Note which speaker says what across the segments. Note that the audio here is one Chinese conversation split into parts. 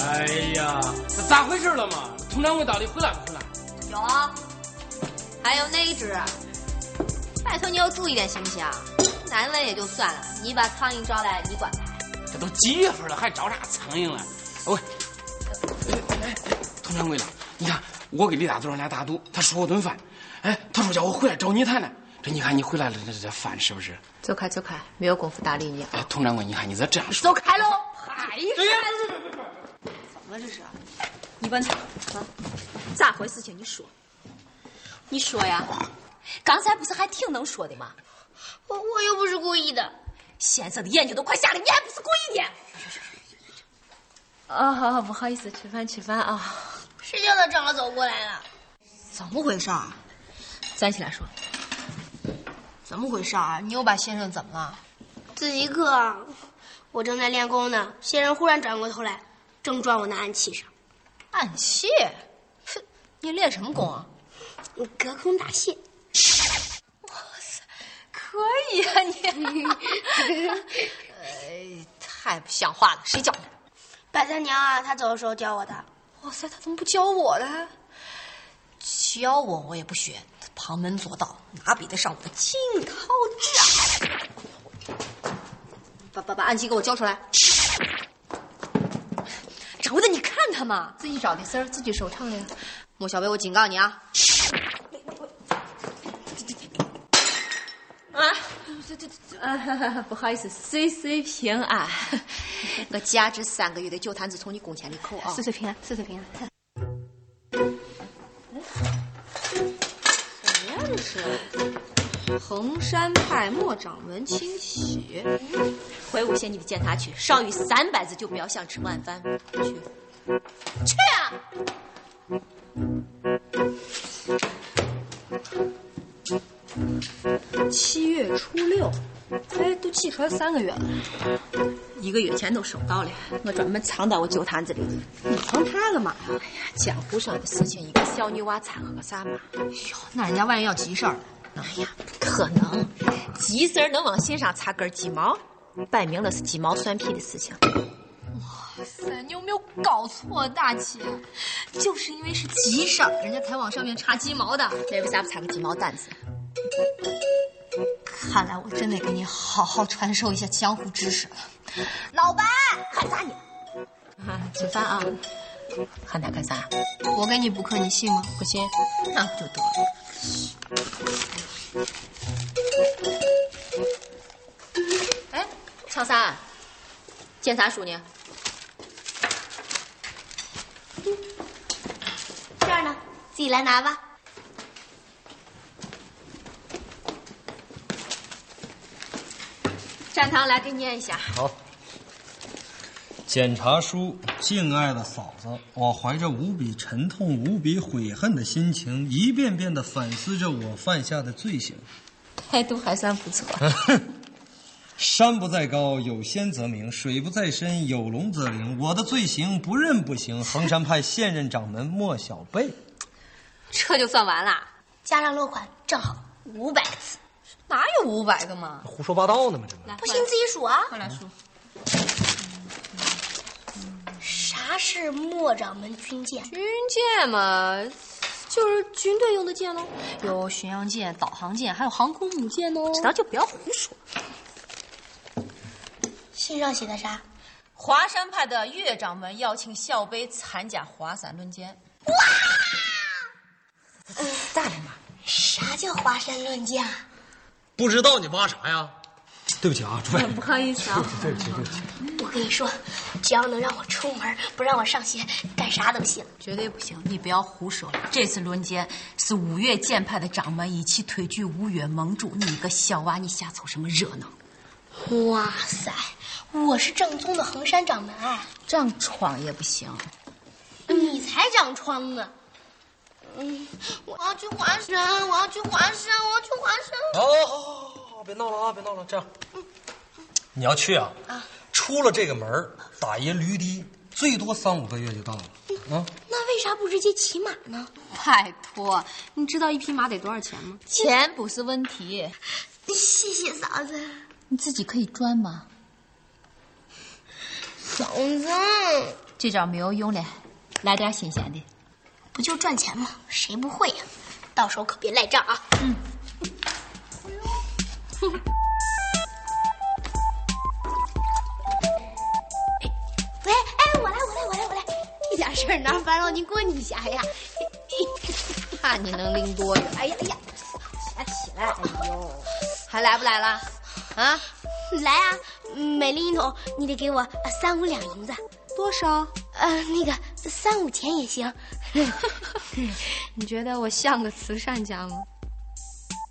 Speaker 1: 哎呀，这咋回事了嘛？佟掌柜到底回来不回来？
Speaker 2: 有，还有那一只，拜托你要注意点行不行？难为也就算了，你把苍蝇招来，你管他？
Speaker 1: 这都几月份了，还招啥苍蝇了？喂，佟掌柜的，你看我给李大嘴俩打赌，他说我顿饭，哎，他说叫我回来找你谈谈。这你看你回来了，这这饭是不是？
Speaker 2: 走开，走开，没有功夫搭理你
Speaker 1: 哎
Speaker 2: 啊！，
Speaker 1: 佟掌柜，你看你咋这样说？
Speaker 2: 走开喽！哎呀，怎么了这是？
Speaker 3: 你问他，咋回事情？你说，你说呀，刚才不是还挺能说的吗？
Speaker 2: 我我又不是故意的。
Speaker 3: 先生的眼睛都快瞎了，你还不是故意的？
Speaker 2: 啊，好好，不好意思，吃饭吃饭啊。
Speaker 4: 谁叫他正好走过来了？
Speaker 2: 怎么回事？啊？
Speaker 3: 站起来说，
Speaker 2: 怎么回事啊？你又把先生怎么了？
Speaker 4: 自习课啊，我正在练功呢，仙人忽然转过头来，正撞我那暗器上，
Speaker 2: 暗器？哼，你练什么功啊？
Speaker 4: 隔空打蟹。
Speaker 2: 可以啊你，哎，太不像话了，谁教你？
Speaker 4: 白三娘啊，她走的时候教我的。
Speaker 2: 哇塞，他怎么不教我呢？教我我也不学，旁门左道，哪比得上我的惊涛之啊！把把把暗器给我交出来！
Speaker 3: 找的你看他嘛，
Speaker 2: 自己找的丝儿，自己手唱的呀。莫小薇，我警告你啊！
Speaker 3: 啊，
Speaker 2: 啊，不好意思，岁岁平安。 我价值三个月的酒坛子从你工钱里扣啊！
Speaker 3: 岁平安，岁岁平安。
Speaker 2: 衡山派莫掌门清洗，
Speaker 3: 回五县你的监察去，少于三百字就不要想吃晚饭。去，去啊！
Speaker 2: 七
Speaker 3: 啊
Speaker 2: 月初六，哎，都寄出来三个月了，
Speaker 3: 一个月前都收到了，我专门藏到我酒坛子里的。
Speaker 2: 你藏它干嘛
Speaker 3: 哎
Speaker 2: 呀？
Speaker 3: 江湖上的事情，一个小女娃掺和个啥嘛？
Speaker 2: 那人家万一要急事儿呢？
Speaker 3: 哎呀，不可能，急事儿能往心上插根鸡毛？摆明了是鸡毛蒜皮的事情。
Speaker 2: 塞，哎你有没有搞错，大姐？就是因为是急事儿，人家才往上面插鸡毛的。
Speaker 3: 那为啥不插个鸡毛掸子？
Speaker 2: 看来我真得给你好好传授一下江湖知识了。
Speaker 3: 老白，喊啥你？啊，吃饭啊！喊他干啥？
Speaker 2: 我给你补课，你信吗？
Speaker 3: 不信，那不就得了？哎，长三，检查书呢？
Speaker 4: 这儿呢，自己来拿吧。
Speaker 3: 展堂来给念一下。
Speaker 5: 好。检查书，敬爱的嫂子，我怀着无比沉痛、无比悔恨的心情，一遍遍地反思着我犯下的罪行。
Speaker 2: 哎
Speaker 3: 态度还算不错。
Speaker 5: 山不在高，有仙则名；水不在深，有龙则灵。我的罪行不认不行。衡山派现任掌门莫小贝，
Speaker 3: 这就算完了？
Speaker 4: 加上落款正好五百个字，
Speaker 2: 哪有五百个嘛？
Speaker 5: 胡说八道呢吗？这不
Speaker 4: 不信自己数啊。
Speaker 2: 快来数，
Speaker 4: 啥是莫掌门军舰？
Speaker 2: 军舰嘛，就是军队用的舰喽，有巡洋舰、导航舰，还有航空母舰哦。
Speaker 3: 知道就不要胡说。
Speaker 4: 信上写的啥？
Speaker 6: 华山派的岳掌门邀请校杯参加华山论剑，
Speaker 4: 啥叫华山论剑啊？
Speaker 5: 不知道你挖啥呀？对不起啊，诸位，
Speaker 2: 不好意思啊，
Speaker 5: 对不起，对不起。
Speaker 4: 我跟你说，只要能让我出门，不让我上学，干啥都行。
Speaker 6: 绝对不行！你不要胡说了。这次论剑是五岳剑派的掌门一起推举五岳盟主，你一个小娃，你瞎凑什么热闹？
Speaker 4: 哇塞，我是正宗的衡山掌门啊！
Speaker 6: 长疮也不行。
Speaker 4: 你才长疮呢。嗯，我要去华山，我要去华山，我要去华山。
Speaker 5: 好好好好好，别闹了啊，别闹了，这样，你要去啊，出了这个门儿打一驴的，最多三五个月就到了啊。
Speaker 4: 那为啥不直接骑马呢？
Speaker 2: 拜托，你知道一匹马得多少钱吗？
Speaker 6: 钱不是问题，
Speaker 4: 谢谢嫂子。
Speaker 6: 你自己可以赚吗？
Speaker 4: 嫂子，
Speaker 6: 这招没有用了，来点新鲜的。
Speaker 4: 不就赚钱吗？谁不会呀、到时候可别赖账啊！喂， 哎，我来，我来，我来，我来，一点事儿哪烦扰您过你家呀？
Speaker 2: 看你能拎多远？
Speaker 4: 哎呀，哎呀，
Speaker 2: 起来！哎呦，还来不来了？啊，
Speaker 4: 来啊，每拎一桶，你得给我呃三五两银子。
Speaker 2: 多少？
Speaker 4: 呃，那个三五钱也行。
Speaker 2: 你觉得我像个慈善家吗？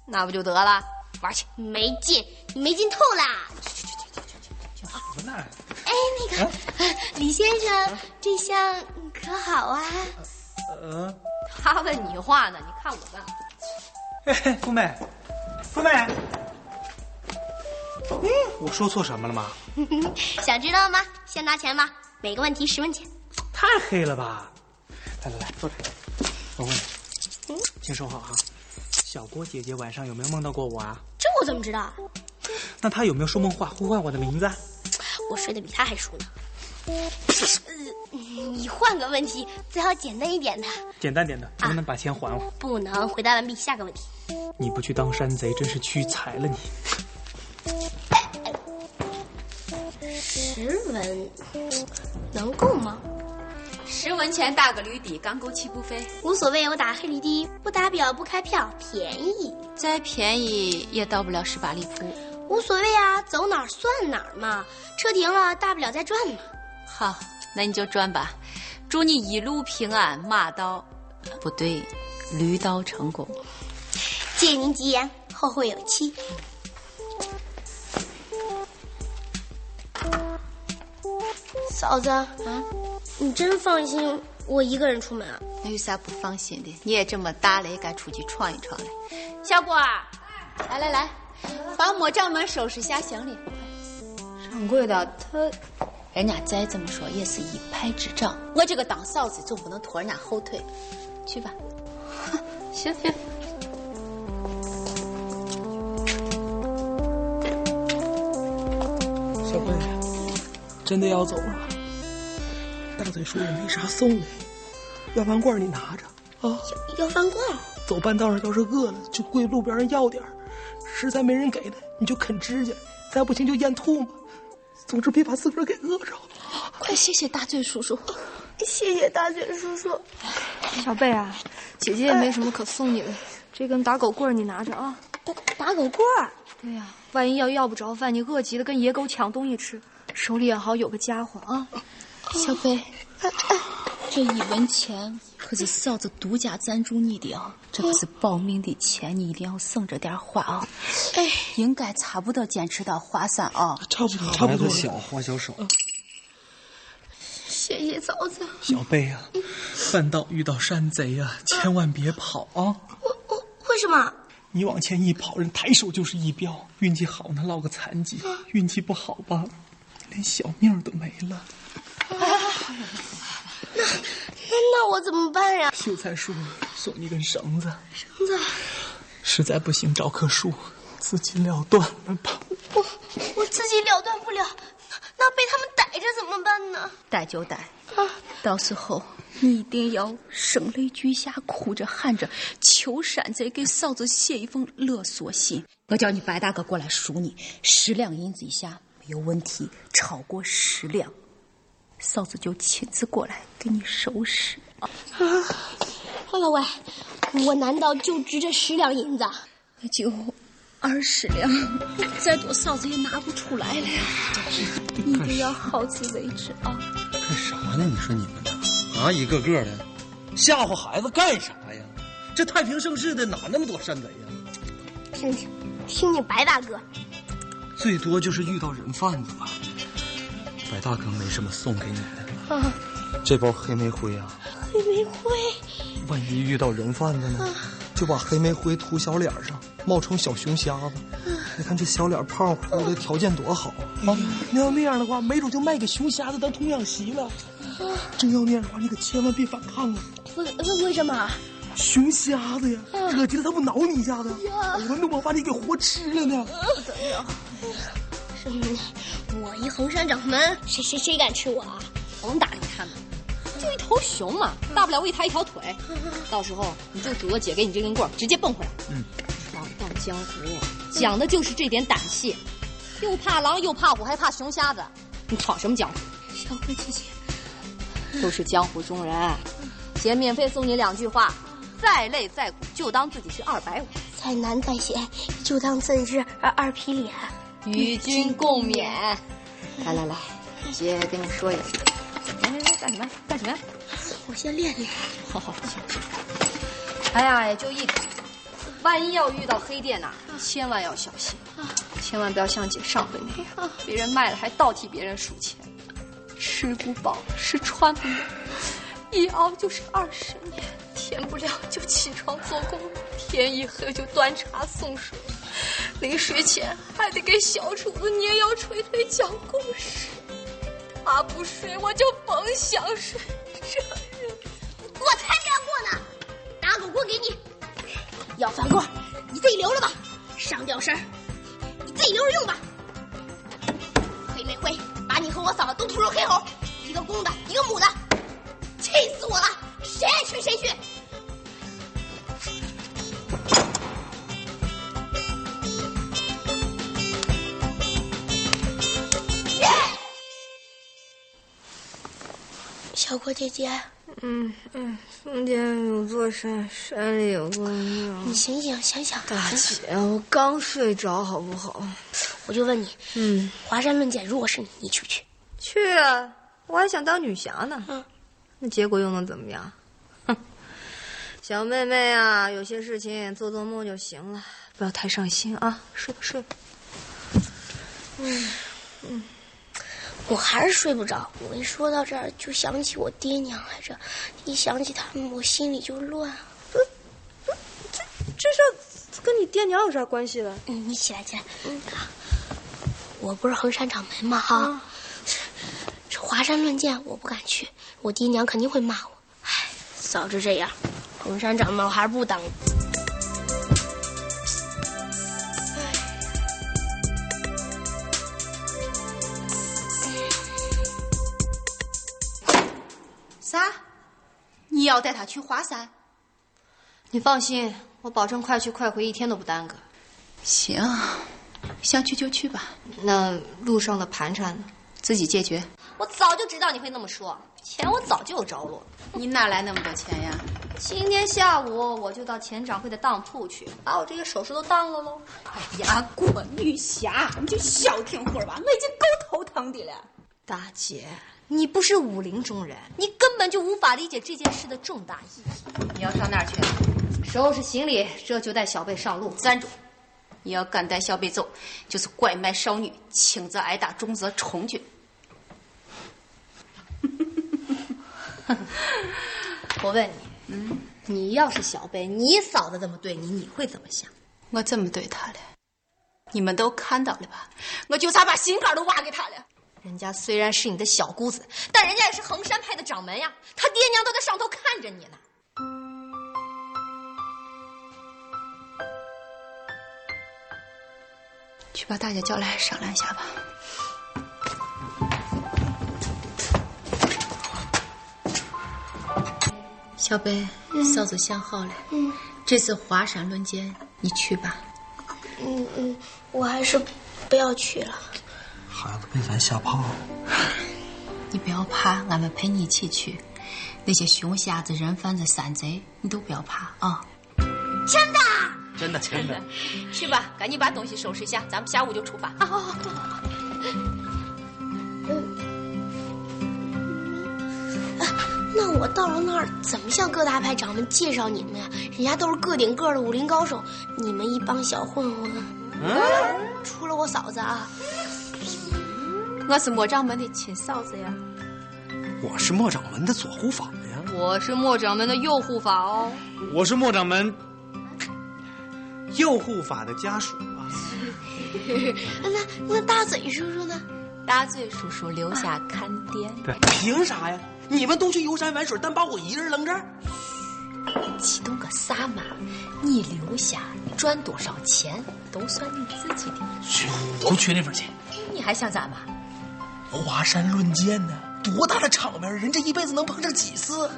Speaker 2: 那不就得了？玩去！
Speaker 4: 没劲，你没劲透啦！去去去去去去去！哎，那个、呃李先生，这箱可好啊？
Speaker 1: 嗯，
Speaker 2: 他问你话呢，你看我干嘛？
Speaker 1: 嘿嘿，富美，富美，哎，我说错什么了吗？
Speaker 4: 想知道吗？先拿钱吧，每个问题十文钱。
Speaker 1: 太黑了吧！来来来，坐这儿。我问你，先说好啊，小郭姐姐晚上有没有梦到过我啊？
Speaker 4: 这我怎么知道啊？
Speaker 1: 那她有没有说梦话呼唤我的名字啊？
Speaker 4: 我睡得比他还熟呢。呃你换个问题，最好简单一点的，
Speaker 1: 简单点的，能不能把钱还我？
Speaker 4: 不能回答完毕。下个问题，
Speaker 1: 你不去当山贼，真是屈才了你。
Speaker 4: 十文能够吗？
Speaker 6: 十文钱打个驴底，刚够气不菲。
Speaker 4: 无所谓，我打黑驴的，不打表，不开票，便宜，
Speaker 6: 再便宜也到不了十八里铺。
Speaker 4: 无所谓啊，走哪儿算哪儿嘛。车停了，大不了再转嘛。
Speaker 6: 好，那你就赚吧，祝你一路平安，马到啊不对，驴到成功。
Speaker 4: 借您吉言，后会有期。嫂子，
Speaker 7: 嗯
Speaker 4: 你真放心我一个人出门啊？
Speaker 6: 那有哎啥不放心的？你也这么大了，也该出去闯一闯了。小郭儿，啊来来来，帮莫掌门收拾下行李。
Speaker 2: 掌柜的，他
Speaker 6: 人家再怎么说也是一派之长，我这个当嫂子总不能拖人家后腿。去吧，
Speaker 2: 行行，
Speaker 1: 小妹，真的要走了？大嘴说也没啥送的，要饭罐你拿着啊。
Speaker 4: 要饭罐儿？
Speaker 1: 走半道上要是饿了，就跪路边上要点儿实在没人给了，你就啃指甲，再不行就咽吐沫。总之别把自个儿给饿着。
Speaker 7: 快谢谢大醉叔叔。
Speaker 4: 谢谢大嘴叔叔。
Speaker 3: 小贝啊，姐姐也
Speaker 7: 哎
Speaker 3: 没什么可送你的，这根打狗棍儿你拿着啊。
Speaker 4: 打打狗棍儿？
Speaker 3: 对呀、万一要要不着饭，你饿极了跟野狗抢东西吃，手里也好有个家伙啊。哎
Speaker 7: 小贝，这一文钱可是嫂子独家赞助你的啊，
Speaker 6: 这可是保命的钱，你一定要省着点花啊。哎，应该差不多坚持到华山啊。
Speaker 1: 差不多，差不多。
Speaker 5: 小花小手，
Speaker 4: 谢谢嫂子。
Speaker 1: 小贝啊，半道遇到山贼啊，千万别跑啊！
Speaker 4: 我我为什么？
Speaker 1: 你往前一跑，人抬手就是一镖，运气好呢落个残疾，运气不好吧，连小命儿都没了。
Speaker 4: 那那我怎么办呀？
Speaker 1: 秀才叔送你根绳子，
Speaker 4: 绳子，
Speaker 1: 实在不行找棵树，自己了断了吧。
Speaker 4: 我我自己了断不了，那那被他们逮着怎么办呢？
Speaker 6: 待就待，
Speaker 8: 啊
Speaker 6: 到时候你一定要声泪俱下，哭着喊着求山贼给嫂子写一封勒索信。我叫你白大哥过来赎你，十两银子以下没有问题，超过十两，嫂子就亲自过来给你收拾。
Speaker 4: 喂喂喂，我难道就值这十两银子？
Speaker 6: 那就二十两，再多嫂子也拿不出来了呀。
Speaker 8: 哎
Speaker 6: 一定要好自为之啊！
Speaker 5: 干啥呢？你说你们呢？啊，一个个的，吓唬孩子干啥呀？这太平盛世的哪那么多山贼呀？
Speaker 4: 听听，听听白大哥，
Speaker 5: 最多就是遇到人贩子吧。白大哥没什么送给你的，啊这包黑煤灰啊，
Speaker 4: 黑玫瑰，
Speaker 5: 万一遇到人贩子呢，就把黑煤灰涂小脸上，冒充小熊瞎
Speaker 1: 啊
Speaker 5: 子。你看这小脸胖乎的，条件多好啊！
Speaker 1: 你要那样的话，没准就卖给熊瞎子当童养媳了。真要那样的话，你可千万别反抗啊！
Speaker 4: 为为为什么？
Speaker 1: 熊瞎子呀，惹急了他不挠你一下子，我们都把把你给活吃了呢。
Speaker 4: 嗯我一横山掌门，谁谁谁敢吃我啊？
Speaker 2: 甭搭理他们，就一头熊嘛，大不了喂他一条腿。到时候你就嘱托姐给你这根棍儿，直接蹦回来。嗯，闯荡江湖讲的就是这点胆气，又怕狼又怕虎还怕熊瞎子，你闯什么江湖？
Speaker 4: 小慧姐姐，
Speaker 2: 都是江湖中人。姐免费送你两句话，再累再苦就当自己是二百五。
Speaker 4: 再难再险，就当赠只二二皮脸。
Speaker 2: 与君共勉。来来来，姐跟你说一声。哎，干什么呀？干什么呀？
Speaker 4: 我先练练。
Speaker 2: 好好行。哎呀，也就一点。万一要遇到黑店呐、千万要小心，千万不要像姐上回那样，别人卖了还倒替别人数钱，吃不饱是穿不暖，一熬就是二十年，天不亮就起床做工，天一黑就端茶送水，临睡前还得给小主子捏腰捶腿讲故事，他不睡我就甭想睡，这日子。
Speaker 4: 我才这样过呢！打狗棍给你，要饭棍儿你自己留着吧，上吊绳儿你自己留着用吧。黑玫瑰，把你和我嫂子都屠成黑猴，一个公的，一个母的，气死我了！谁爱去谁去。小果姐姐，
Speaker 1: 嗯嗯，风间有座山，山里有座庙。
Speaker 4: 你醒醒，想想，
Speaker 1: 姐，我刚睡着，好不好？
Speaker 4: 我就问你，
Speaker 1: 嗯，
Speaker 4: 华山论剑，如果是你，你去不去？
Speaker 1: 去啊！我还想当女侠呢。
Speaker 4: 嗯，
Speaker 1: 那结果又能怎么样？ 哼，小妹妹啊，有些事情做做梦就行了，不要太上心啊。睡吧，睡吧。
Speaker 4: 我还是睡不着。我一说到这儿，就想起我爹娘来着，一想起他们，我心里就乱。
Speaker 1: 这事儿跟你爹娘有啥关系了？
Speaker 4: 嗯，你起来，起来。嗯，我不是衡山掌门吗？哈、这华山论剑我不敢去，我爹娘肯定会骂我。唉，早知这样，衡山掌门我还是不当了。
Speaker 8: 啥？你要带他去华山？
Speaker 2: 你放心，我保证快去快回，一天都不耽搁。
Speaker 9: 行，想去就去吧。
Speaker 2: 那路上的盘缠呢？
Speaker 9: 自己解决。
Speaker 2: 我早就知道你会那么说，钱我早就有着落。
Speaker 8: 你哪来那么多钱呀？
Speaker 2: 今天下午我就到钱掌柜的当铺去，把我这个首饰都当了喽。
Speaker 8: 哎呀，郭女侠，你就消停会儿吧，我已经够头疼的了。
Speaker 2: 大姐，你不是武林中人，你根本就无法理解这件事的重大意义。
Speaker 8: 你要上哪儿去？啊
Speaker 2: 收拾行李，这就带小贝上路。
Speaker 8: 站住！你要敢带小北走，就是拐卖少女，轻则挨打，重则充军。
Speaker 2: 我问你，嗯，你要是小贝，你嫂子这么对你，你会怎么想？
Speaker 8: 我怎么对他了？你们都看到了吧？我就差把心肝都挖给他了。
Speaker 2: 人家虽然是你的小姑子，但人家也是衡山派的掌门呀，他爹娘都在上头看着你呢。
Speaker 8: 去把大姐叫来商量一下吧。
Speaker 6: 小北，嫂子想好了，嗯，这次华山论剑，你去吧。
Speaker 4: 嗯嗯，我还是不要去了。
Speaker 5: 孩子被咱吓怕了。
Speaker 6: 你不要怕，俺们陪你一起去。那些熊瞎子、人贩子、山贼，你都不要怕啊！
Speaker 5: 真的，真的。
Speaker 8: 去吧，赶紧把东西收拾一下，咱们下午就出发啊！
Speaker 4: 那我到了那儿，怎么向各大派掌门介绍你们呀？人家都是个顶个的武林高手，你们一帮小混混。啊除了我嫂子啊，
Speaker 8: 我是莫掌门的亲嫂子呀。
Speaker 5: 我是莫掌门的左护法呀。
Speaker 2: 我是莫掌门的右护法哦。
Speaker 10: 我是莫掌门右护法的家属啊。
Speaker 4: 那那大嘴叔叔呢？
Speaker 6: 大嘴叔叔留下看店，
Speaker 11: 凭啥呀？你们都去游山玩水，但把我一人扔这儿？
Speaker 6: 激动个啥嘛？你留下赚多少钱都算你自己的。
Speaker 1: 去，不缺那份钱。
Speaker 6: 你还想咋嘛？
Speaker 1: 华山论剑呢，多大的场面，人这一辈子能碰上几次？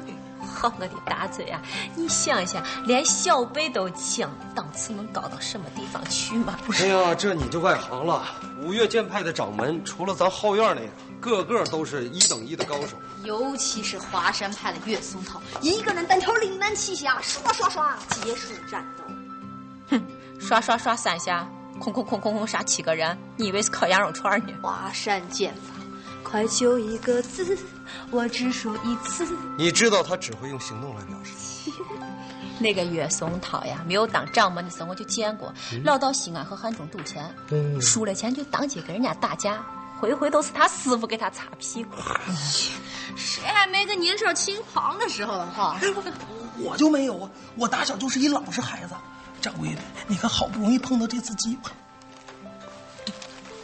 Speaker 6: 好我的大嘴啊！你想想，连小辈都请，档次能高到什么地方去嘛？
Speaker 5: 哎呀，这你就外行了。五岳剑派的掌门，除了咱后院那个，个个都是一等一的高手。
Speaker 2: 尤其是华山派的岳松涛，一个人单挑岭南七侠，刷刷刷结束战斗。
Speaker 6: 刷刷刷三下，空空空空空杀七个人，你以为是烤羊肉串呢？
Speaker 2: 华山剑法，快就一个字，我只说一次。
Speaker 5: 你知道他只会用行动来表示。
Speaker 6: 那个岳松涛呀，没有当掌门的时候我就见过，老到西安和汉中赌钱，
Speaker 5: 嗯
Speaker 6: 输了钱就当街跟人家打架，回回都是他师傅给他擦屁股。
Speaker 3: 谁还没个年少轻狂的时候呢？哈，
Speaker 1: 我就没有啊，我打小就是一老实孩子。掌柜的，你看好不容易碰到这次机会，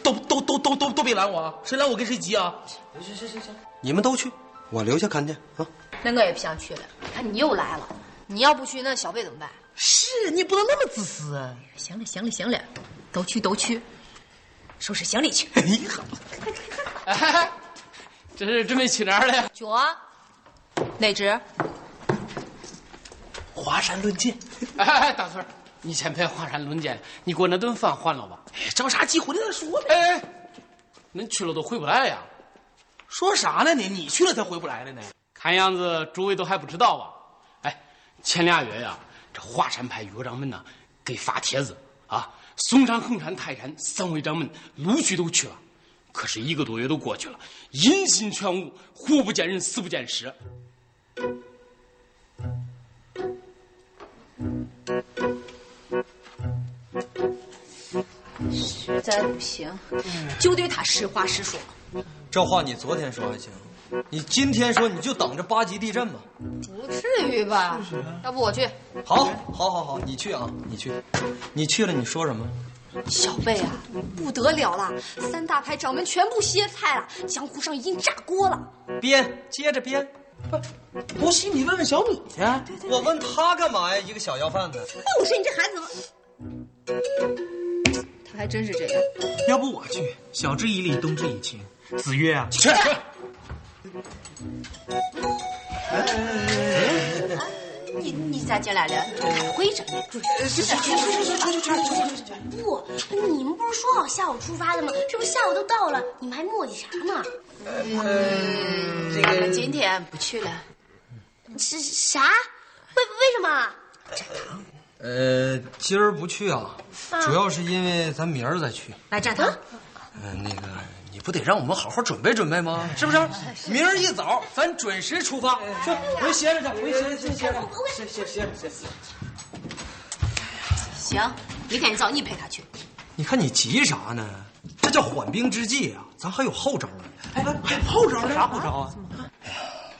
Speaker 1: 都都都都都都别拦我啊！谁拦我跟谁急啊！行行行行，
Speaker 5: 你们都去，我留下看店啊。
Speaker 2: 那我也不想去了。看啊你又来了，你要不去，那小贝怎么办？
Speaker 1: 是你不能那么自私啊！
Speaker 6: 行了行了行了，都去都去，收拾行李去。
Speaker 10: 哎，这是准备去哪儿了呀？
Speaker 6: 酒啊，哪只？
Speaker 1: 华山论剑。
Speaker 10: 哎哎，大孙儿，你先别华山论剑了，你给我那顿饭还了吧。
Speaker 1: 哎着啥急回来再说呗。
Speaker 10: 哎，恁去了都回不来呀？
Speaker 1: 说啥呢你？你去了才回不来了呢。
Speaker 10: 看样子诸位都还不知道吧？哎，前俩月呀、这华山派岳掌门呐，给发帖子啊，嵩山、衡山、泰山三位掌门陆续都去了，可是一个多月都过去了，音信全无，活不见人，死不见尸。
Speaker 12: 实在不行，
Speaker 2: 就对他实话实说。
Speaker 5: 这话你昨天说还行，你今天说你就等着八级地震吧。
Speaker 2: 不至于吧？
Speaker 1: 啊
Speaker 2: 要不我去。
Speaker 5: 好，好，好，好，你去啊，你去，你去了，你说什么？
Speaker 2: 小贝啊，不得了了！三大派掌门全部歇菜了，江湖上已经炸锅了。
Speaker 5: 编，接着编。
Speaker 1: 不信你问问小米去。啊
Speaker 5: 我问他干嘛呀？一个小要饭的。
Speaker 4: 我说你这孩子怎么？
Speaker 12: 他还真是这样。
Speaker 13: 要不我去，晓之以理，动之以情。子曰啊，
Speaker 10: 去。
Speaker 2: 你你咋进来了？开会着呢。
Speaker 4: 去去去去去去去去！不，你们不是说好下午出发的吗？这不下午都到了，你们还磨叽啥呢？
Speaker 12: 这个今天不去了，
Speaker 4: 是啥？为为什么啊？
Speaker 5: 呃，今儿不去啊，主要是因为咱明儿再去。
Speaker 6: 来蘸
Speaker 2: 啊
Speaker 6: 糖。
Speaker 5: 嗯、那个，你不得让我们好好准备准备吗？是不是？
Speaker 2: 哎
Speaker 5: 明儿一早咱准时出发，去回歇着去，回歇着去，歇着，歇歇歇着歇。
Speaker 2: 行，明天一早你陪他去。
Speaker 5: 你看你急啥呢？这叫缓兵之计啊，咱还有后招呢。
Speaker 1: 还泡着呢？啥
Speaker 5: 哎后招啊？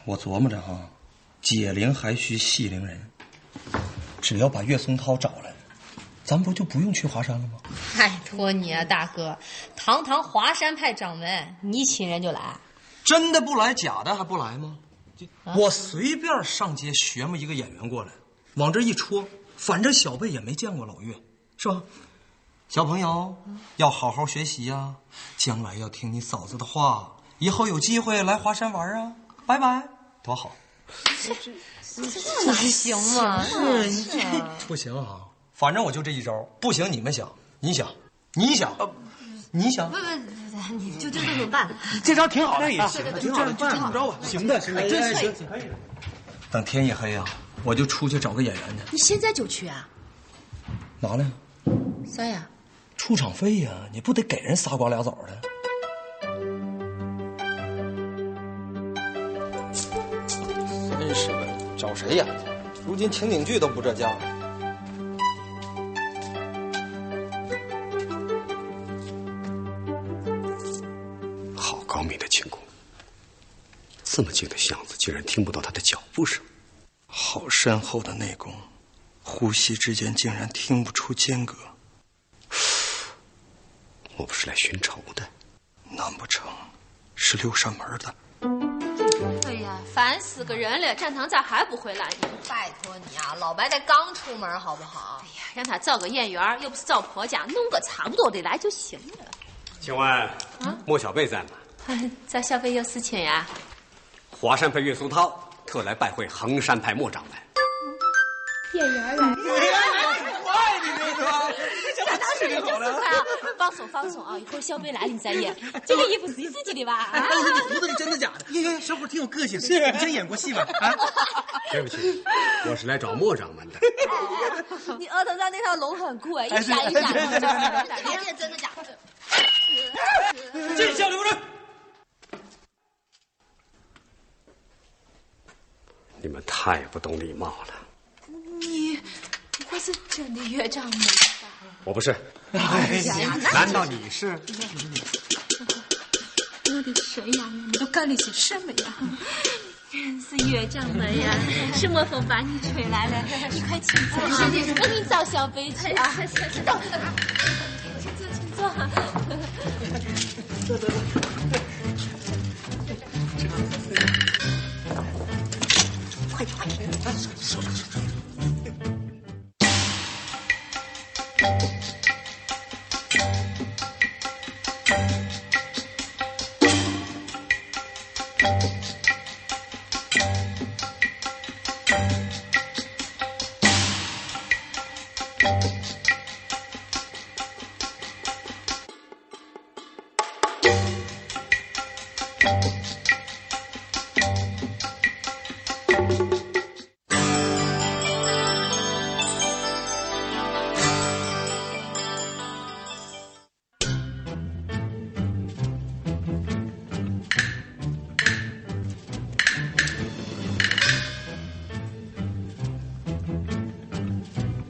Speaker 5: 我琢磨着哈、解铃还需系铃人。只要把岳松涛找来，咱不就不用去华山了吗？
Speaker 3: 拜托你啊，大哥，堂堂华山派掌门，你请人就来，
Speaker 5: 真的不来，假的还不来吗？就我随便上街学么一个演员过来，往这一戳，反正小辈也没见过老岳，是吧？小朋友要好好学习呀、将来要听你嫂子的话，以后有机会来华山玩啊，拜拜，多好！
Speaker 3: 这行吗？
Speaker 5: 不行啊，反正我就这一招，不行你们想，你想，你想，你想，
Speaker 2: 就这怎么办？
Speaker 13: 这招挺好的，也
Speaker 1: 对
Speaker 13: 行啊
Speaker 1: 对，对
Speaker 13: 挺好的，
Speaker 1: 就
Speaker 13: 就
Speaker 1: 这
Speaker 13: 这
Speaker 1: 样
Speaker 13: 么着吧，哎行的，行的，真行，可以。
Speaker 5: 等天一黑啊，我就出去找个演员去，
Speaker 6: 你现在就去啊？
Speaker 5: 拿来
Speaker 6: 啥呀？
Speaker 5: 出场费呀、你不得给人仨瓜俩枣的。真是的，找谁演去？如今情景剧都不这价了。
Speaker 14: 好高明的轻功！这么近的巷子，竟然听不到他的脚步声。
Speaker 5: 好深厚的内功，呼吸之间竟然听不出间隔。
Speaker 14: 我不是来寻仇的，
Speaker 5: 难不成是六扇门的？
Speaker 2: 哎呀，烦死个人了！站堂咋还不回来呢？
Speaker 15: 拜托你啊，老白才刚出门，好不好？哎呀，
Speaker 2: 让他造个眼缘儿，又不是造婆家，弄个差不多的来就行了。
Speaker 1: 请问莫小贝在吗？
Speaker 2: 咱小贝有事情呀？
Speaker 1: 华山派岳苏涛特来拜会衡山派莫掌门。
Speaker 2: 演员来
Speaker 5: 我爱你，刘哥，这当时
Speaker 2: 你就松开啊，放松放松啊！一会儿小贝来了你再演。这个衣服是你自己的吧？
Speaker 5: 哎，
Speaker 2: 啊，
Speaker 5: 我这胡子是真的假的？耶，小伙挺有个性，是你真演过戏吗？啊，
Speaker 1: 对不起，我是来找莫掌门的。
Speaker 2: 你额头上那条龙很酷哎，一
Speaker 1: 哎是
Speaker 2: 闪一闪
Speaker 1: 哎是
Speaker 2: 的。
Speaker 4: 你看这真的假的？
Speaker 5: 这下留人。
Speaker 1: 你们太不懂礼貌了。
Speaker 2: 你不会是真的岳掌门？
Speaker 1: 我不是。
Speaker 2: 哎呀那
Speaker 1: 难道你是？
Speaker 2: 我的神呀！你们都干了些什么呀？是岳掌门呀，是莫风把你吹来了，你快请坐啊！我给你找小杯去啊！走，请坐，请坐。
Speaker 4: 快点，快点！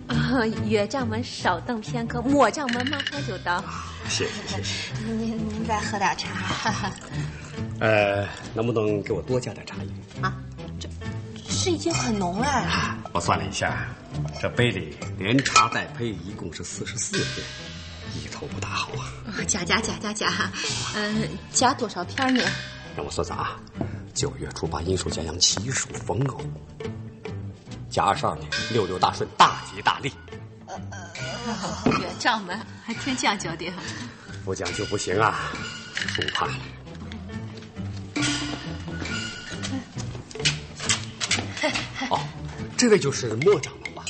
Speaker 2: 啊岳掌门稍等片刻，莫掌门马上就到。
Speaker 1: 谢谢谢谢。
Speaker 16: 您您再喝点茶。
Speaker 1: 呃，能不能给我多加点茶叶？
Speaker 15: 是已经很浓了。
Speaker 1: 啊我算了一下，这杯里连茶带胚一共是四十四片，一头不大好啊。
Speaker 6: 加加加加加，
Speaker 17: 呃
Speaker 6: 嗯，加多少片儿呢？
Speaker 1: 让我算算啊，九月初八阴属骄阳，奇属逢偶，甲二十二年六六大顺，大吉大利。
Speaker 6: 岳掌门还挺讲究的哈。
Speaker 1: 不讲究不行啊，输怕了。哦，这位就是莫掌门吧？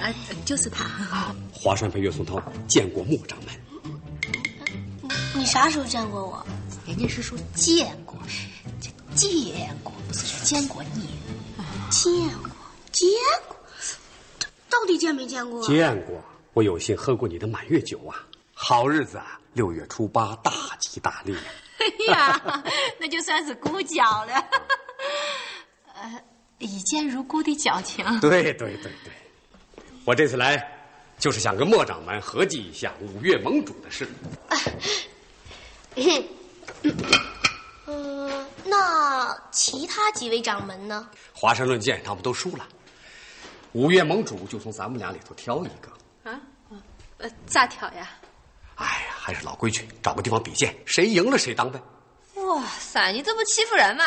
Speaker 6: 啊，就是他。
Speaker 1: 华山派岳松涛见过莫掌门，
Speaker 4: 你啥时候见过我？
Speaker 18: 人家是说见过，这见过不是说见过你。
Speaker 4: 见过，见过，这到底见没见过？啊
Speaker 1: 见过。我有幸喝过你的满月酒啊，好日子啊，六月初八大吉大利。
Speaker 18: 哎呀，那就算是故交了。呃，一见如故的交情。
Speaker 1: 对对对对，我这次来就是想跟莫掌门合计一下五岳盟主的事。
Speaker 4: 嗯，那其他几位掌门呢？
Speaker 1: 华山论剑他们都输了，五岳盟主就从咱们俩里头挑一个。
Speaker 2: 啊，呃，咋挑呀？
Speaker 1: 哎呀，还是老规矩，找个地方比剑，谁赢了谁当呗。
Speaker 16: 哇塞，你这不欺负人嘛？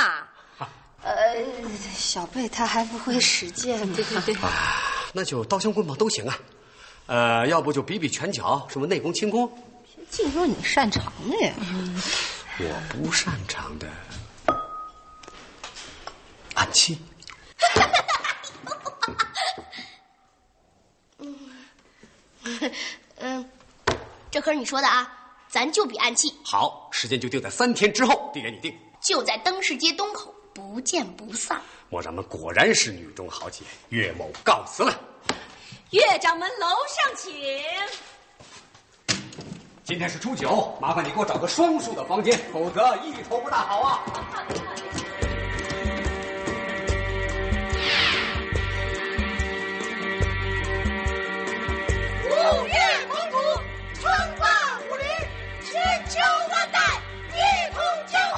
Speaker 16: 呃，小贝他还不会使剑呢。对对对。
Speaker 1: 那就刀枪棍棒都行啊。呃，要不就比比拳脚，什么内功轻功，
Speaker 16: 净说你擅长的呀。
Speaker 1: 我不擅长的暗器。
Speaker 4: 嗯，这可是你说的啊，咱就比暗器，
Speaker 1: 好，时间就定在三天之后，地点你定。
Speaker 4: 就在灯市街东口，不见不散。
Speaker 1: 莫掌门果然是女中豪杰，岳某告辞了。
Speaker 2: 岳掌门楼上请。
Speaker 1: 今天是初九，麻烦你给我找个双数的房间，否则一头不大好啊。
Speaker 4: 五岳盟主，春挂武林，千秋万代，一统江湖。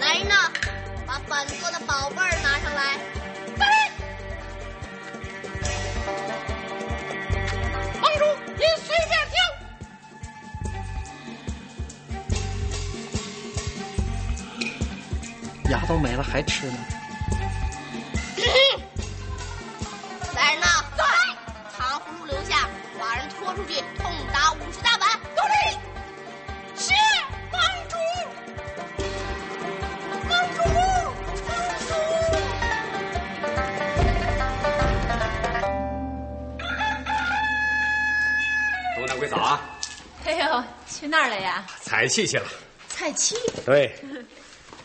Speaker 4: 来人呐，把本座的宝贝儿拿上来。盟主，您随便挑。
Speaker 19: 牙都没了还吃呢。
Speaker 4: 来人呐！走！糖葫芦留下，把人拖出去，痛打五十大板。遵令。是，帮主。帮主，帮主。
Speaker 10: 董掌柜早啊，
Speaker 3: 哎呦，去那儿了呀？
Speaker 10: 采气去了。
Speaker 3: 菜七，
Speaker 10: 对，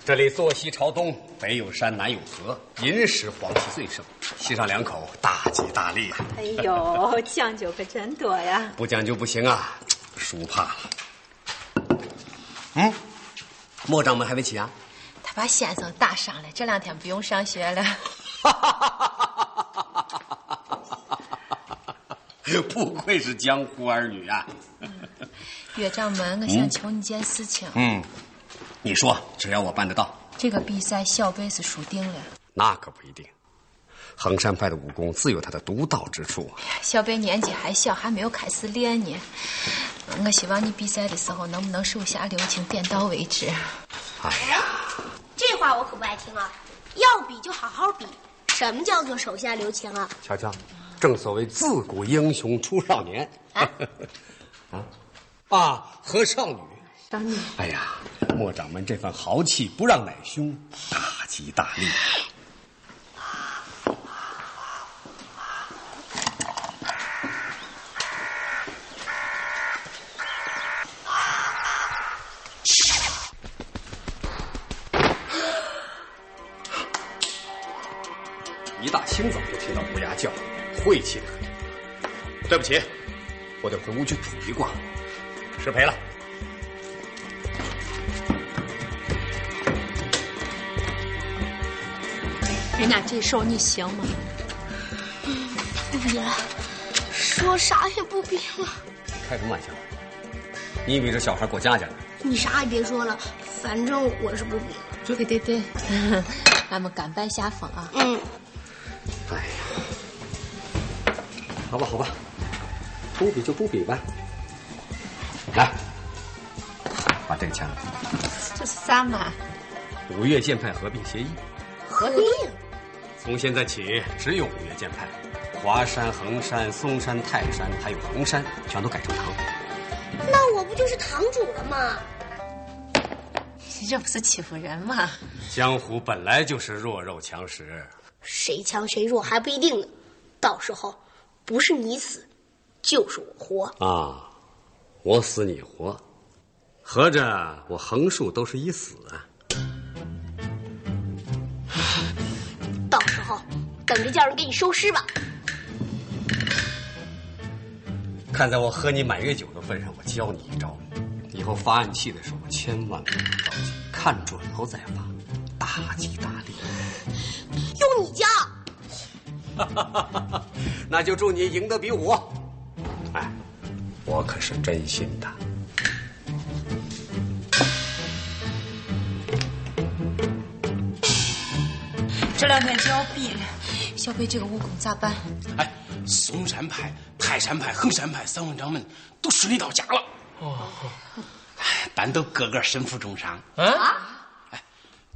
Speaker 10: 这里坐西朝东，北有山，南有河，寅时黄气最盛，西上两口大吉大利呀、
Speaker 20: 哎呦， 酱酒可真多呀！
Speaker 10: 不讲究不行啊，输怕了。嗯，莫掌门还没起啊？
Speaker 17: 他把先生打伤了，这两天不用上学了。
Speaker 10: 不愧是江湖儿女啊！
Speaker 17: 嗯岳掌门，我想求你件事情。
Speaker 10: 嗯，你说，只要我办得到，
Speaker 17: 这个比赛小辈是输定了。
Speaker 10: 那可不一定。衡山派的武功自有它的独到之处啊。
Speaker 17: 小辈年纪还小，还没有开始练呢。我希望你比赛的时候能不能手下留情，点到为止。
Speaker 4: 哎，这话我可不爱听啊！要比就好好比，什么叫做手下留情啊？
Speaker 10: 瞧瞧，正所谓自古英雄出少年。 啊啊，和少女。
Speaker 20: 少女，
Speaker 10: 哎呀，莫掌门这份豪气不让乃兄，大吉大利。一大清早就听到乌鸦叫，晦气的很。对不起，我得回屋去卜一卦，失陪了。
Speaker 3: 人家哎这手你行吗？
Speaker 4: 不比了，哎说啥也不比了。
Speaker 10: 开什么玩笑？你比这小孩过家家呢。
Speaker 4: 你啥也别说了，反正我是不比了。
Speaker 17: 对对 对，俺们甘拜下风啊！
Speaker 4: 嗯，
Speaker 10: 哎呀，好吧好吧，不比就不比吧。来，把这个签了。
Speaker 17: 这是啥嘛？
Speaker 10: 五岳剑派合并协议，
Speaker 4: 合并
Speaker 10: 从现在起只有五岳剑派，华山、衡山、嵩山、泰山还有衡山全都改成唐。
Speaker 4: 那我不就是堂主了吗？
Speaker 17: 你这不是欺负人吗？
Speaker 10: 江湖本来就是弱肉强食，
Speaker 4: 谁强谁弱还不一定呢，到时候不是你死，就是我活。
Speaker 10: 啊，我死你活，合着我横竖都是一死啊！
Speaker 4: 到时候等着叫人给你收尸吧。
Speaker 10: 看在我喝你满月酒的份上，我教你一招，以后发暗器的时候千万不能着急，看准头再发，大吉大利。
Speaker 4: 用你家，
Speaker 10: 那就祝你赢得比武。哎，我可是真心的。
Speaker 17: 这两天就要比了，小贝这个武功咋办？
Speaker 1: 哎，嵩山派、泰山派、衡山派三位掌门都顺利到家了。哦，哎，咱都个个身负重伤。啊！哎，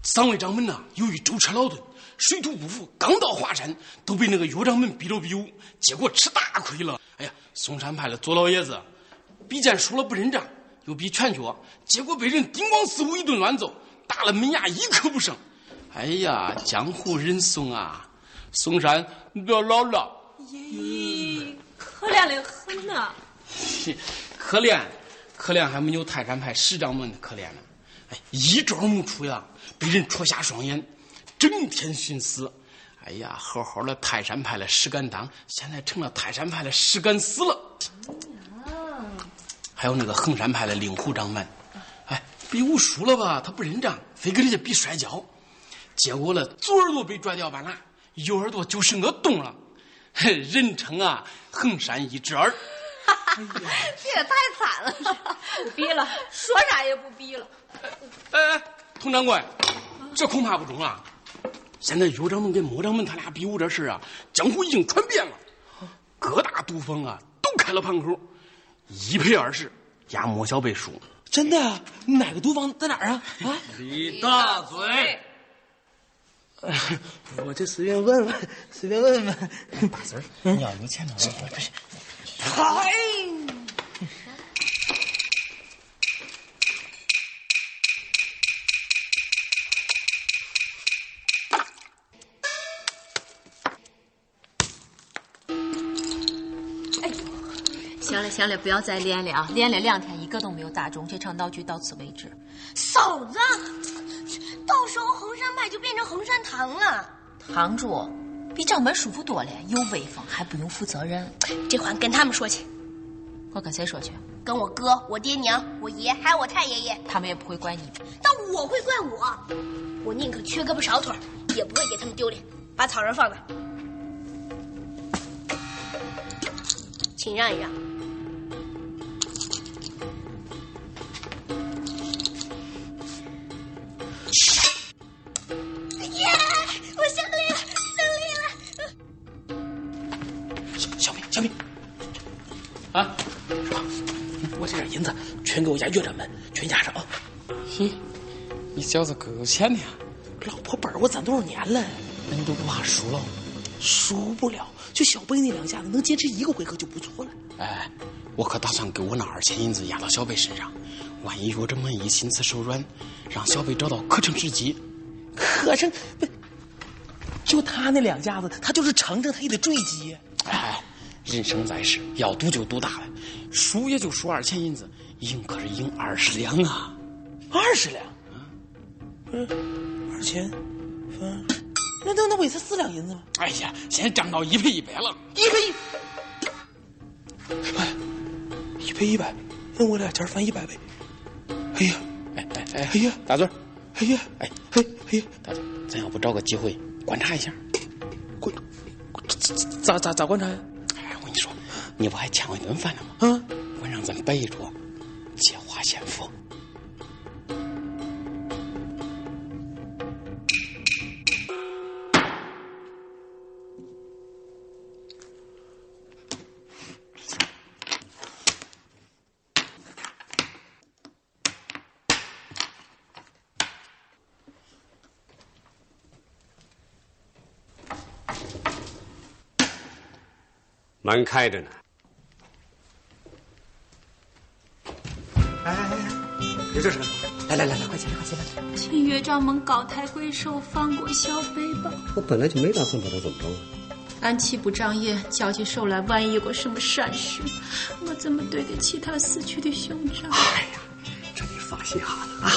Speaker 1: 三位掌门呐，由于舟车劳顿、水土不服，刚到华山，都被那个岳掌门逼了比武，结果吃大亏了。哎呀，嵩山派的左老爷子，比剑输了不认账，又比拳脚，结果被人叮咣四五一顿乱揍，打了门牙一颗不剩。哎呀，江湖人送啊，嵩山老老了。
Speaker 3: 咦，可怜的很呐！
Speaker 1: 可怜，可怜还没有泰山派十掌门可怜呢。哎，一招没出呀，被人戳瞎双眼，整天寻死。哎呀，好好的泰山派的石敢当，现在成了泰山派的石敢死了。还有那个衡山派的令狐掌门，哎，比武输了吧，他不认账，非跟人家比摔跤，结果了左耳朵被拽掉半拉，右耳朵就是个洞了。嘿人称啊，衡山一只耳。
Speaker 3: 这也太惨了，不逼了，说啥也不逼了。
Speaker 1: 哎哎，佟掌柜，这恐怕不中啊！现在尤掌门跟莫掌门他俩比武这事啊，江湖已经传遍了，各大赌坊啊都开了盘口，一赔二十，压莫小贝输。
Speaker 19: 真的啊？哪个赌坊在哪儿啊？啊？
Speaker 5: 李大嘴，
Speaker 19: 哎我这随便问问，随便问问。
Speaker 10: 打字儿，鸟一千两百，不是。
Speaker 19: 嗨，
Speaker 6: 行了行了，不要再练了啊！练了两天，一个都没有打中。这场闹剧到此为止。
Speaker 4: 嫂子，到时候衡山派就变成衡山堂了。
Speaker 6: 堂主，比掌门舒服多了，有威风，还不用负责任。
Speaker 4: 这话跟他们说去，
Speaker 6: 我跟谁说去？
Speaker 4: 跟我哥、我爹娘、我爷还有我太爷爷，
Speaker 6: 他们也不会怪你。
Speaker 4: 但我会怪我，我宁可缺胳膊少腿儿，也不会给他们丢脸。把草人放那儿，请让一让。耶！我胜利了，胜利了！
Speaker 19: 小小明，小明，啊，是吧？我这点银子全给我家岳掌门，全押上啊！
Speaker 1: 嘿，你小子可有钱呢！
Speaker 19: 老婆本儿我攒多少年了，
Speaker 1: 那你都不怕输了？
Speaker 19: 输不了，就小贝那两下子，能坚持一个回合就不错了。
Speaker 1: 哎，我可打算给我那二千银子压到小贝身上，万一岳掌门一心慈手软，让小贝找到可乘之机。
Speaker 19: 可是不，就他那两下子，他就是尝尝，他也得坠机。
Speaker 1: 哎，人生在世，要赌就赌大了，输也就输二千银子，赢可是赢二十两啊！
Speaker 19: 二十两啊，不是二千，分，那那那我也才四两银子吧？
Speaker 1: 哎呀，现在涨到一倍一百了，
Speaker 19: 一倍一，哎，一倍一百，那我俩钱翻一百倍。哎呀，
Speaker 1: 哎哎哎，
Speaker 19: 哎呀，
Speaker 1: 大嘴儿。
Speaker 19: 哎呀，哎哎哎呀，
Speaker 1: 大嘴，咱要不找个机会观察一下？
Speaker 19: 观，咋咋咋观察呀？
Speaker 1: 哎，我跟你说，你不还欠我一顿饭呢吗？
Speaker 19: 啊，
Speaker 1: 我让咱摆一桌，借花献佛。
Speaker 21: 门开着呢。
Speaker 5: 哎哎哎，别吱声！来来来来，快进来，快进来！
Speaker 3: 请岳掌门高抬贵手，放过小贝吧。
Speaker 10: 我本来就没打算把他怎么着啊。
Speaker 3: 俺气不长眼，交起手来，万一有个什么闪失，我怎么对得起他死去的兄长？哎呀，
Speaker 10: 这你放心好了啊，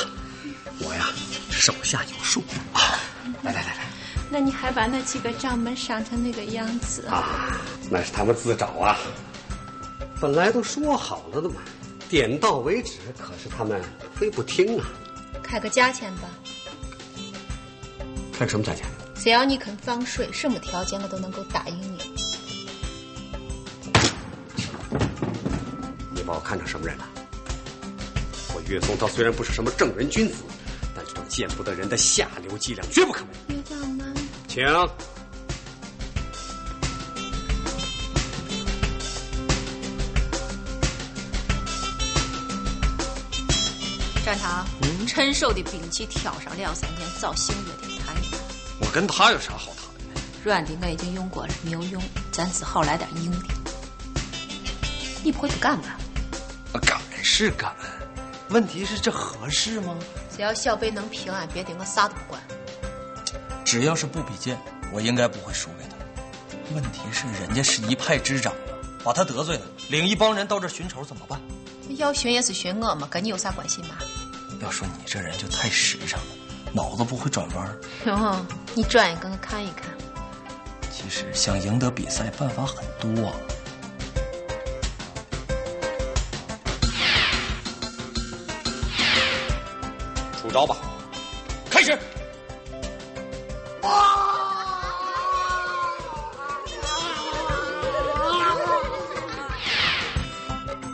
Speaker 10: 我呀手下有数啊。来来来来，
Speaker 3: 那你还把那几个掌门伤成那个样子
Speaker 10: 啊？那是他们自找啊！本来都说好了的嘛，点到为止。可是他们非不听啊！
Speaker 3: 开个价钱吧。
Speaker 10: 开什么价钱？
Speaker 3: 只要你肯放水，什么条件我都能够答应你。
Speaker 10: 你把我看成什么人了？我岳松涛虽然不是什么正人君子，但这种见不得人的下流伎俩绝不可
Speaker 3: 为。岳掌门，
Speaker 10: 请。
Speaker 6: 展堂，嗯趁手的兵器挑上两三件，找姓岳的谈一谈。
Speaker 10: 我跟他有啥好谈的？
Speaker 6: 软的我已经用过了，没有用，咱只好来点硬的。你不会不干吧？
Speaker 5: 啊敢是敢，问题是这合适吗？
Speaker 6: 只要小贝能平安，别的我啥都不管。
Speaker 5: 只要是不比剑，我应该不会输给他。问题是人家是一派之长啊，把他得罪了，领一帮人到这寻仇怎么办？
Speaker 6: 要寻也是寻我嘛，跟你有啥关系嘛？
Speaker 5: 要说你这人就太实诚了，脑子不会转弯。
Speaker 6: 哟、哦，你转眼跟我看一看。
Speaker 5: 其实想赢得比赛办法很多啊。
Speaker 10: 出招吧，开始。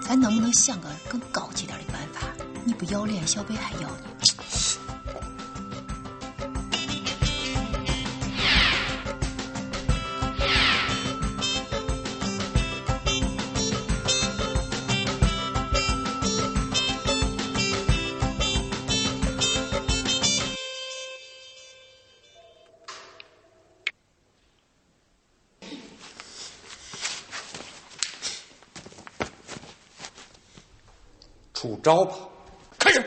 Speaker 6: 咱能不能想个更高级点的办法？你不要脸，小贝还要你。
Speaker 10: 出招吧！
Speaker 1: 开始。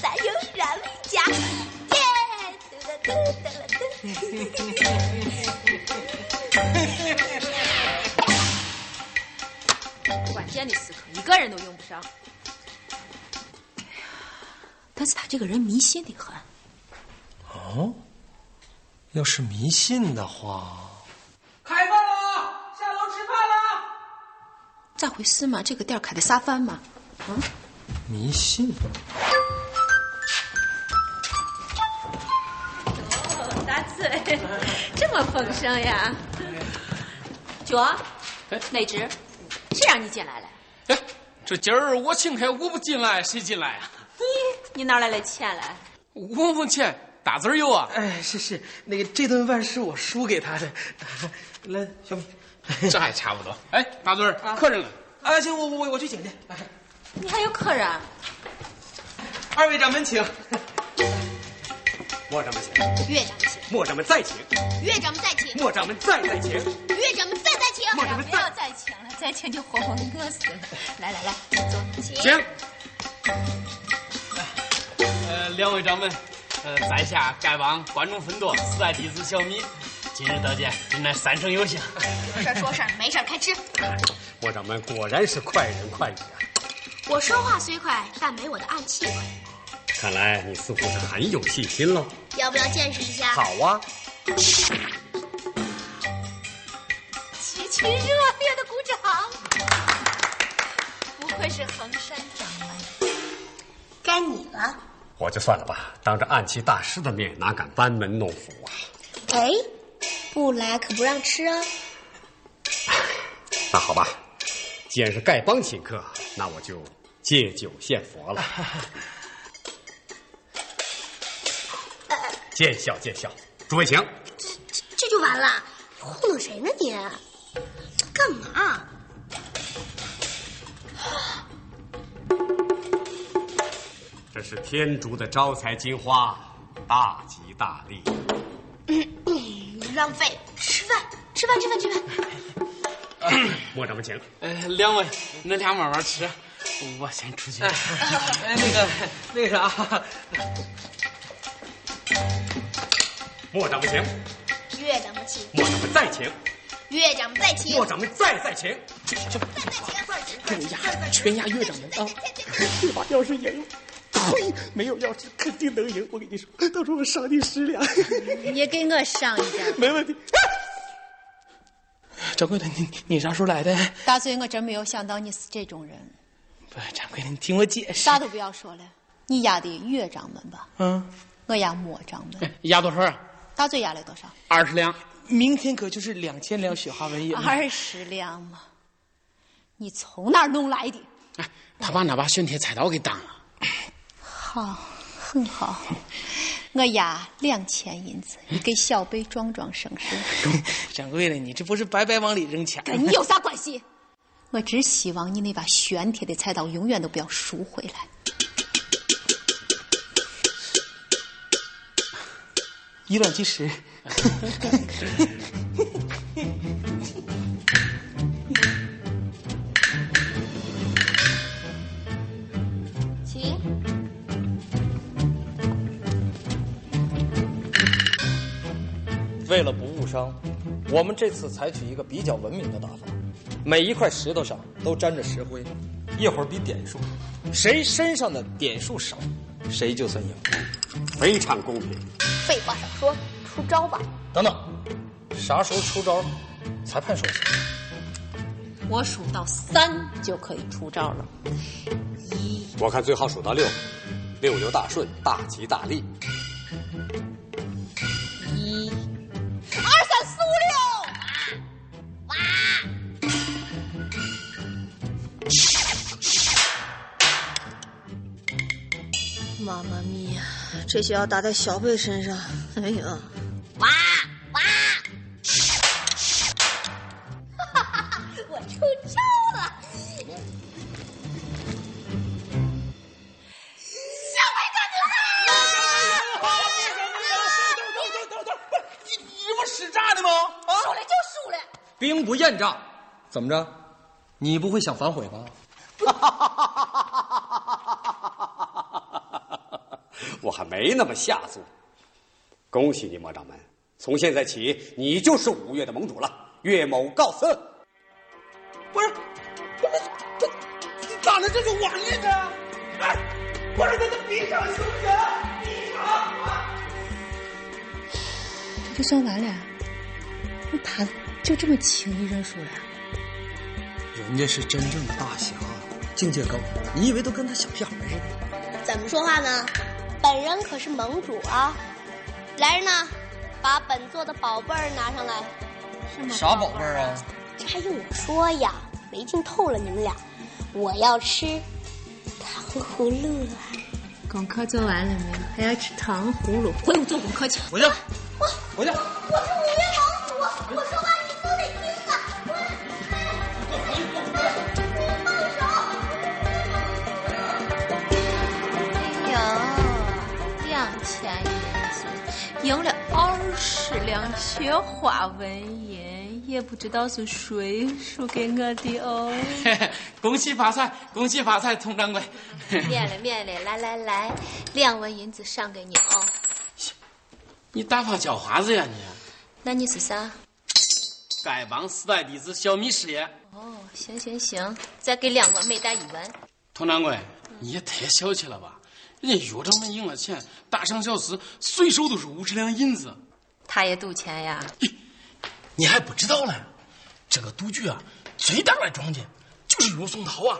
Speaker 4: 咱有啥没加？耶！嘟了嘟了
Speaker 2: 管家那厮可一个人都用不上。
Speaker 22: 但是他这个人迷信的很。
Speaker 5: 哦，要是迷信的话，
Speaker 23: 开饭了，下楼吃饭了。
Speaker 22: 咋回事嘛？这个店儿开的啥饭嘛？嗯，
Speaker 5: 迷信。
Speaker 2: 哦，大 嘴，这么捧生呀？九儿，美直，谁让你进来了？
Speaker 1: 哎这今儿我请客，我不进来，谁进来啊？
Speaker 2: 你你哪来的钱来？
Speaker 1: 我问钱，打字儿有啊？
Speaker 23: 哎，是是，那个这顿饭是我输给他 的。来，小米，
Speaker 1: 这还差不多。哎，大嘴儿，客人来。
Speaker 23: 啊，行，我我我去请去。哎
Speaker 2: 你还有客人？
Speaker 23: 二位掌门请，
Speaker 10: 莫掌门请，
Speaker 4: 岳掌门请，
Speaker 10: 莫掌门再请，
Speaker 4: 岳掌门再请，
Speaker 10: 莫掌门再再请。
Speaker 4: 岳掌门再再请，
Speaker 10: 莫掌门
Speaker 2: 不要再请了，再请就活活饿死了。来来来，坐，请。
Speaker 1: 行。呃，两位掌门，呃，在下丐帮观众分舵四爱弟子小米，今日得见，真乃三生有幸。
Speaker 4: 有事儿说事儿，没事儿开吃。
Speaker 10: 莫掌门果然是快人快语啊！
Speaker 4: 我说话虽快，但没我的暗器快。
Speaker 10: 看来你似乎是很有信心喽。
Speaker 4: 要不要见识一下？
Speaker 10: 好啊，
Speaker 2: 极其热烈的鼓掌，不愧是衡山掌门。
Speaker 4: 该你了。
Speaker 10: 我就算了吧，当着暗器大师的面，哪敢班门弄斧啊？
Speaker 4: 哎，不来可不让吃啊！
Speaker 10: 那好吧，既然是丐帮请客，那我就借酒献佛了。见笑见笑，诸位请。
Speaker 4: 这就完了，糊弄谁呢你？干嘛？
Speaker 10: 这是天竺的招财金花，大吉大利。
Speaker 4: 浪费！吃饭，吃饭，吃饭，吃饭！
Speaker 10: 莫掌门请。
Speaker 1: 呃，两位，恁俩慢慢吃，我先出去。
Speaker 23: 哎，那个那个啥，
Speaker 10: 莫掌门请，
Speaker 4: 岳掌门请，
Speaker 10: 莫掌门再请，
Speaker 4: 岳掌门再请，
Speaker 10: 莫掌门再再请。
Speaker 1: 哎呀，全压岳掌门啊！这把要是赢了，呸，没有钥匙肯定能赢。我跟你说，到时候我赏你十两，
Speaker 6: 也给我上一点。
Speaker 1: 没问题。
Speaker 23: 掌柜的，你你啥时候来的？
Speaker 6: 大嘴，我真没有想到你是这种人。
Speaker 23: 不是，掌柜的，你听我解释。
Speaker 6: 啥都不要说了，你压的岳掌门吧，
Speaker 23: 嗯，
Speaker 6: 我压莫掌门。
Speaker 1: 压多少啊？
Speaker 6: 大嘴压了多少？
Speaker 2: 嗯
Speaker 1: 二十两。啊
Speaker 23: 明天可就是两千两雪花文银。
Speaker 6: 二十两嘛。你从哪儿弄来的？
Speaker 23: 啊
Speaker 1: 他把那把玄铁菜刀给当了。
Speaker 6: 好，很好。 我压两千银子，你给小贝壮壮声声。
Speaker 23: 掌柜的，你这不是白白往里扔钱？
Speaker 6: 跟你有啥关系？ 我只希望你那把玄铁的菜刀永远都不要赎回来。
Speaker 23: 以卵击石。
Speaker 4: 请。
Speaker 24: 为了不误伤，我们这次采取一个比较文明的打法，每一块石头上都沾着石灰，一会儿比点数，谁身上的点数少，谁就算赢。
Speaker 10: 非常公平。
Speaker 4: 废话少说，出招吧。
Speaker 24: 等等，啥时候出招？裁判说行。
Speaker 22: 我数到三就可以出招了。
Speaker 10: 我看最好数到六，六六大顺，大吉大利。
Speaker 22: 一，
Speaker 4: 二三四五
Speaker 3: 妈妈咪呀，这些要打在小贝身上，哎呀，
Speaker 4: 六，哇哇！哈哈哈！我出招了。小白大哥，
Speaker 23: 等等等等等等，不是你你这不使诈呢吗？啊，
Speaker 4: 输了就输了，
Speaker 25: 兵不厌诈。怎么着？你不会想反悔吧？
Speaker 10: 我还没那么下作。恭喜你，莫掌门，从现在起你就是五岳的盟主了。岳某告辞。
Speaker 2: 不是，不是，这你咋了？这是我印的？哎，我让他们比上凶神，比上啊！
Speaker 26: 这就算完了，你打就这么轻易认输了？
Speaker 5: 人家是真正的大侠，境界高，你以为都跟他小屁孩似的？
Speaker 4: 怎么说话呢？本人可是盟主啊！来人呐，把本座的宝贝儿拿上来。
Speaker 5: 啥宝贝儿啊？
Speaker 4: 这还用我说呀？没劲透了你们俩！我要吃糖葫芦啊！
Speaker 27: 功课做完了没有？还要吃糖葫芦？
Speaker 28: 回屋做功课去。
Speaker 5: 回去。
Speaker 4: 我
Speaker 5: 回去。
Speaker 4: 我是五岳盟主，我说话你们都得听啊！我我放
Speaker 6: 有两千银子，赢了二十两雪花纹银，也不知道是谁输给我的哦。
Speaker 1: 恭喜发财，恭喜发财，佟 掌柜。
Speaker 6: 免了免了，来来来，两文银子赏给你哦。
Speaker 1: 你大放叫花子呀你！
Speaker 6: 那你是啥？
Speaker 1: 丐帮四代弟子小米师爷，
Speaker 6: 哦，行行行，再给两文，每袋一文。
Speaker 1: 佟掌柜，你也太小气了吧！人家岳掌门赢了钱，大赏小厮随手都是五十两银子，
Speaker 6: 他也赌钱呀？
Speaker 2: 你还不知道呢，这个赌局啊，最大的庄家就是岳松涛啊。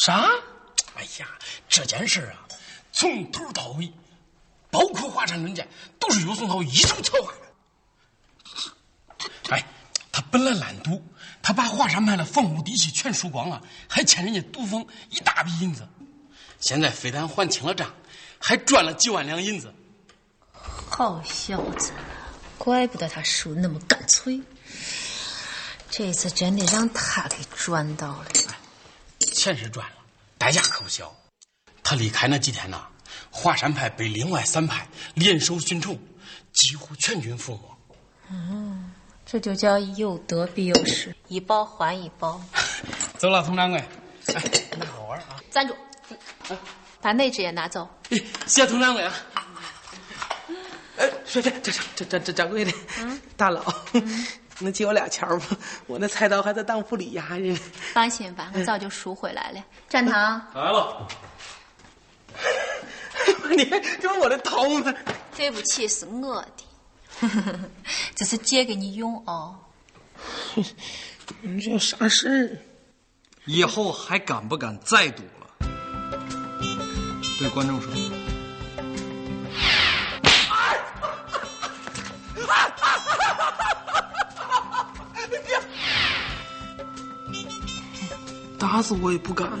Speaker 2: 啥？哎呀，这件事啊，从头到尾，包括华山论剑，都是岳松涛一手策划的。哎，他本来懒赌，他把华山派的房屋地契全输光了，啊还欠人家赌坊一大笔银子。
Speaker 1: 现在非但还清了账，还赚了几万两银子。
Speaker 3: 好小子，怪不得他输那么干脆。这次真的让他给赚到了。
Speaker 1: 钱是赚了，代价可不小。他离开那几天呐，华山派被另外三派联手寻仇，几乎全军覆没。
Speaker 3: 嗯，这就叫有得必有失，一报还一报。
Speaker 1: 走了，佟掌柜。
Speaker 6: 站住！把那只也拿走。
Speaker 1: 谢佟掌柜啊！
Speaker 2: 哎，这这这这这这掌柜的，大佬，能借我俩钱吗？我那菜刀还在当铺里压着呢。
Speaker 6: 放心吧，我早就赎回来了。站堂，
Speaker 1: 来了，
Speaker 2: 你看这不我的刀吗？
Speaker 6: 对不起，是我的，这是借给你用哦。
Speaker 2: 你这有啥事儿？
Speaker 5: 以后还敢不敢再赌了？对观众说，
Speaker 2: 打死我也不敢了。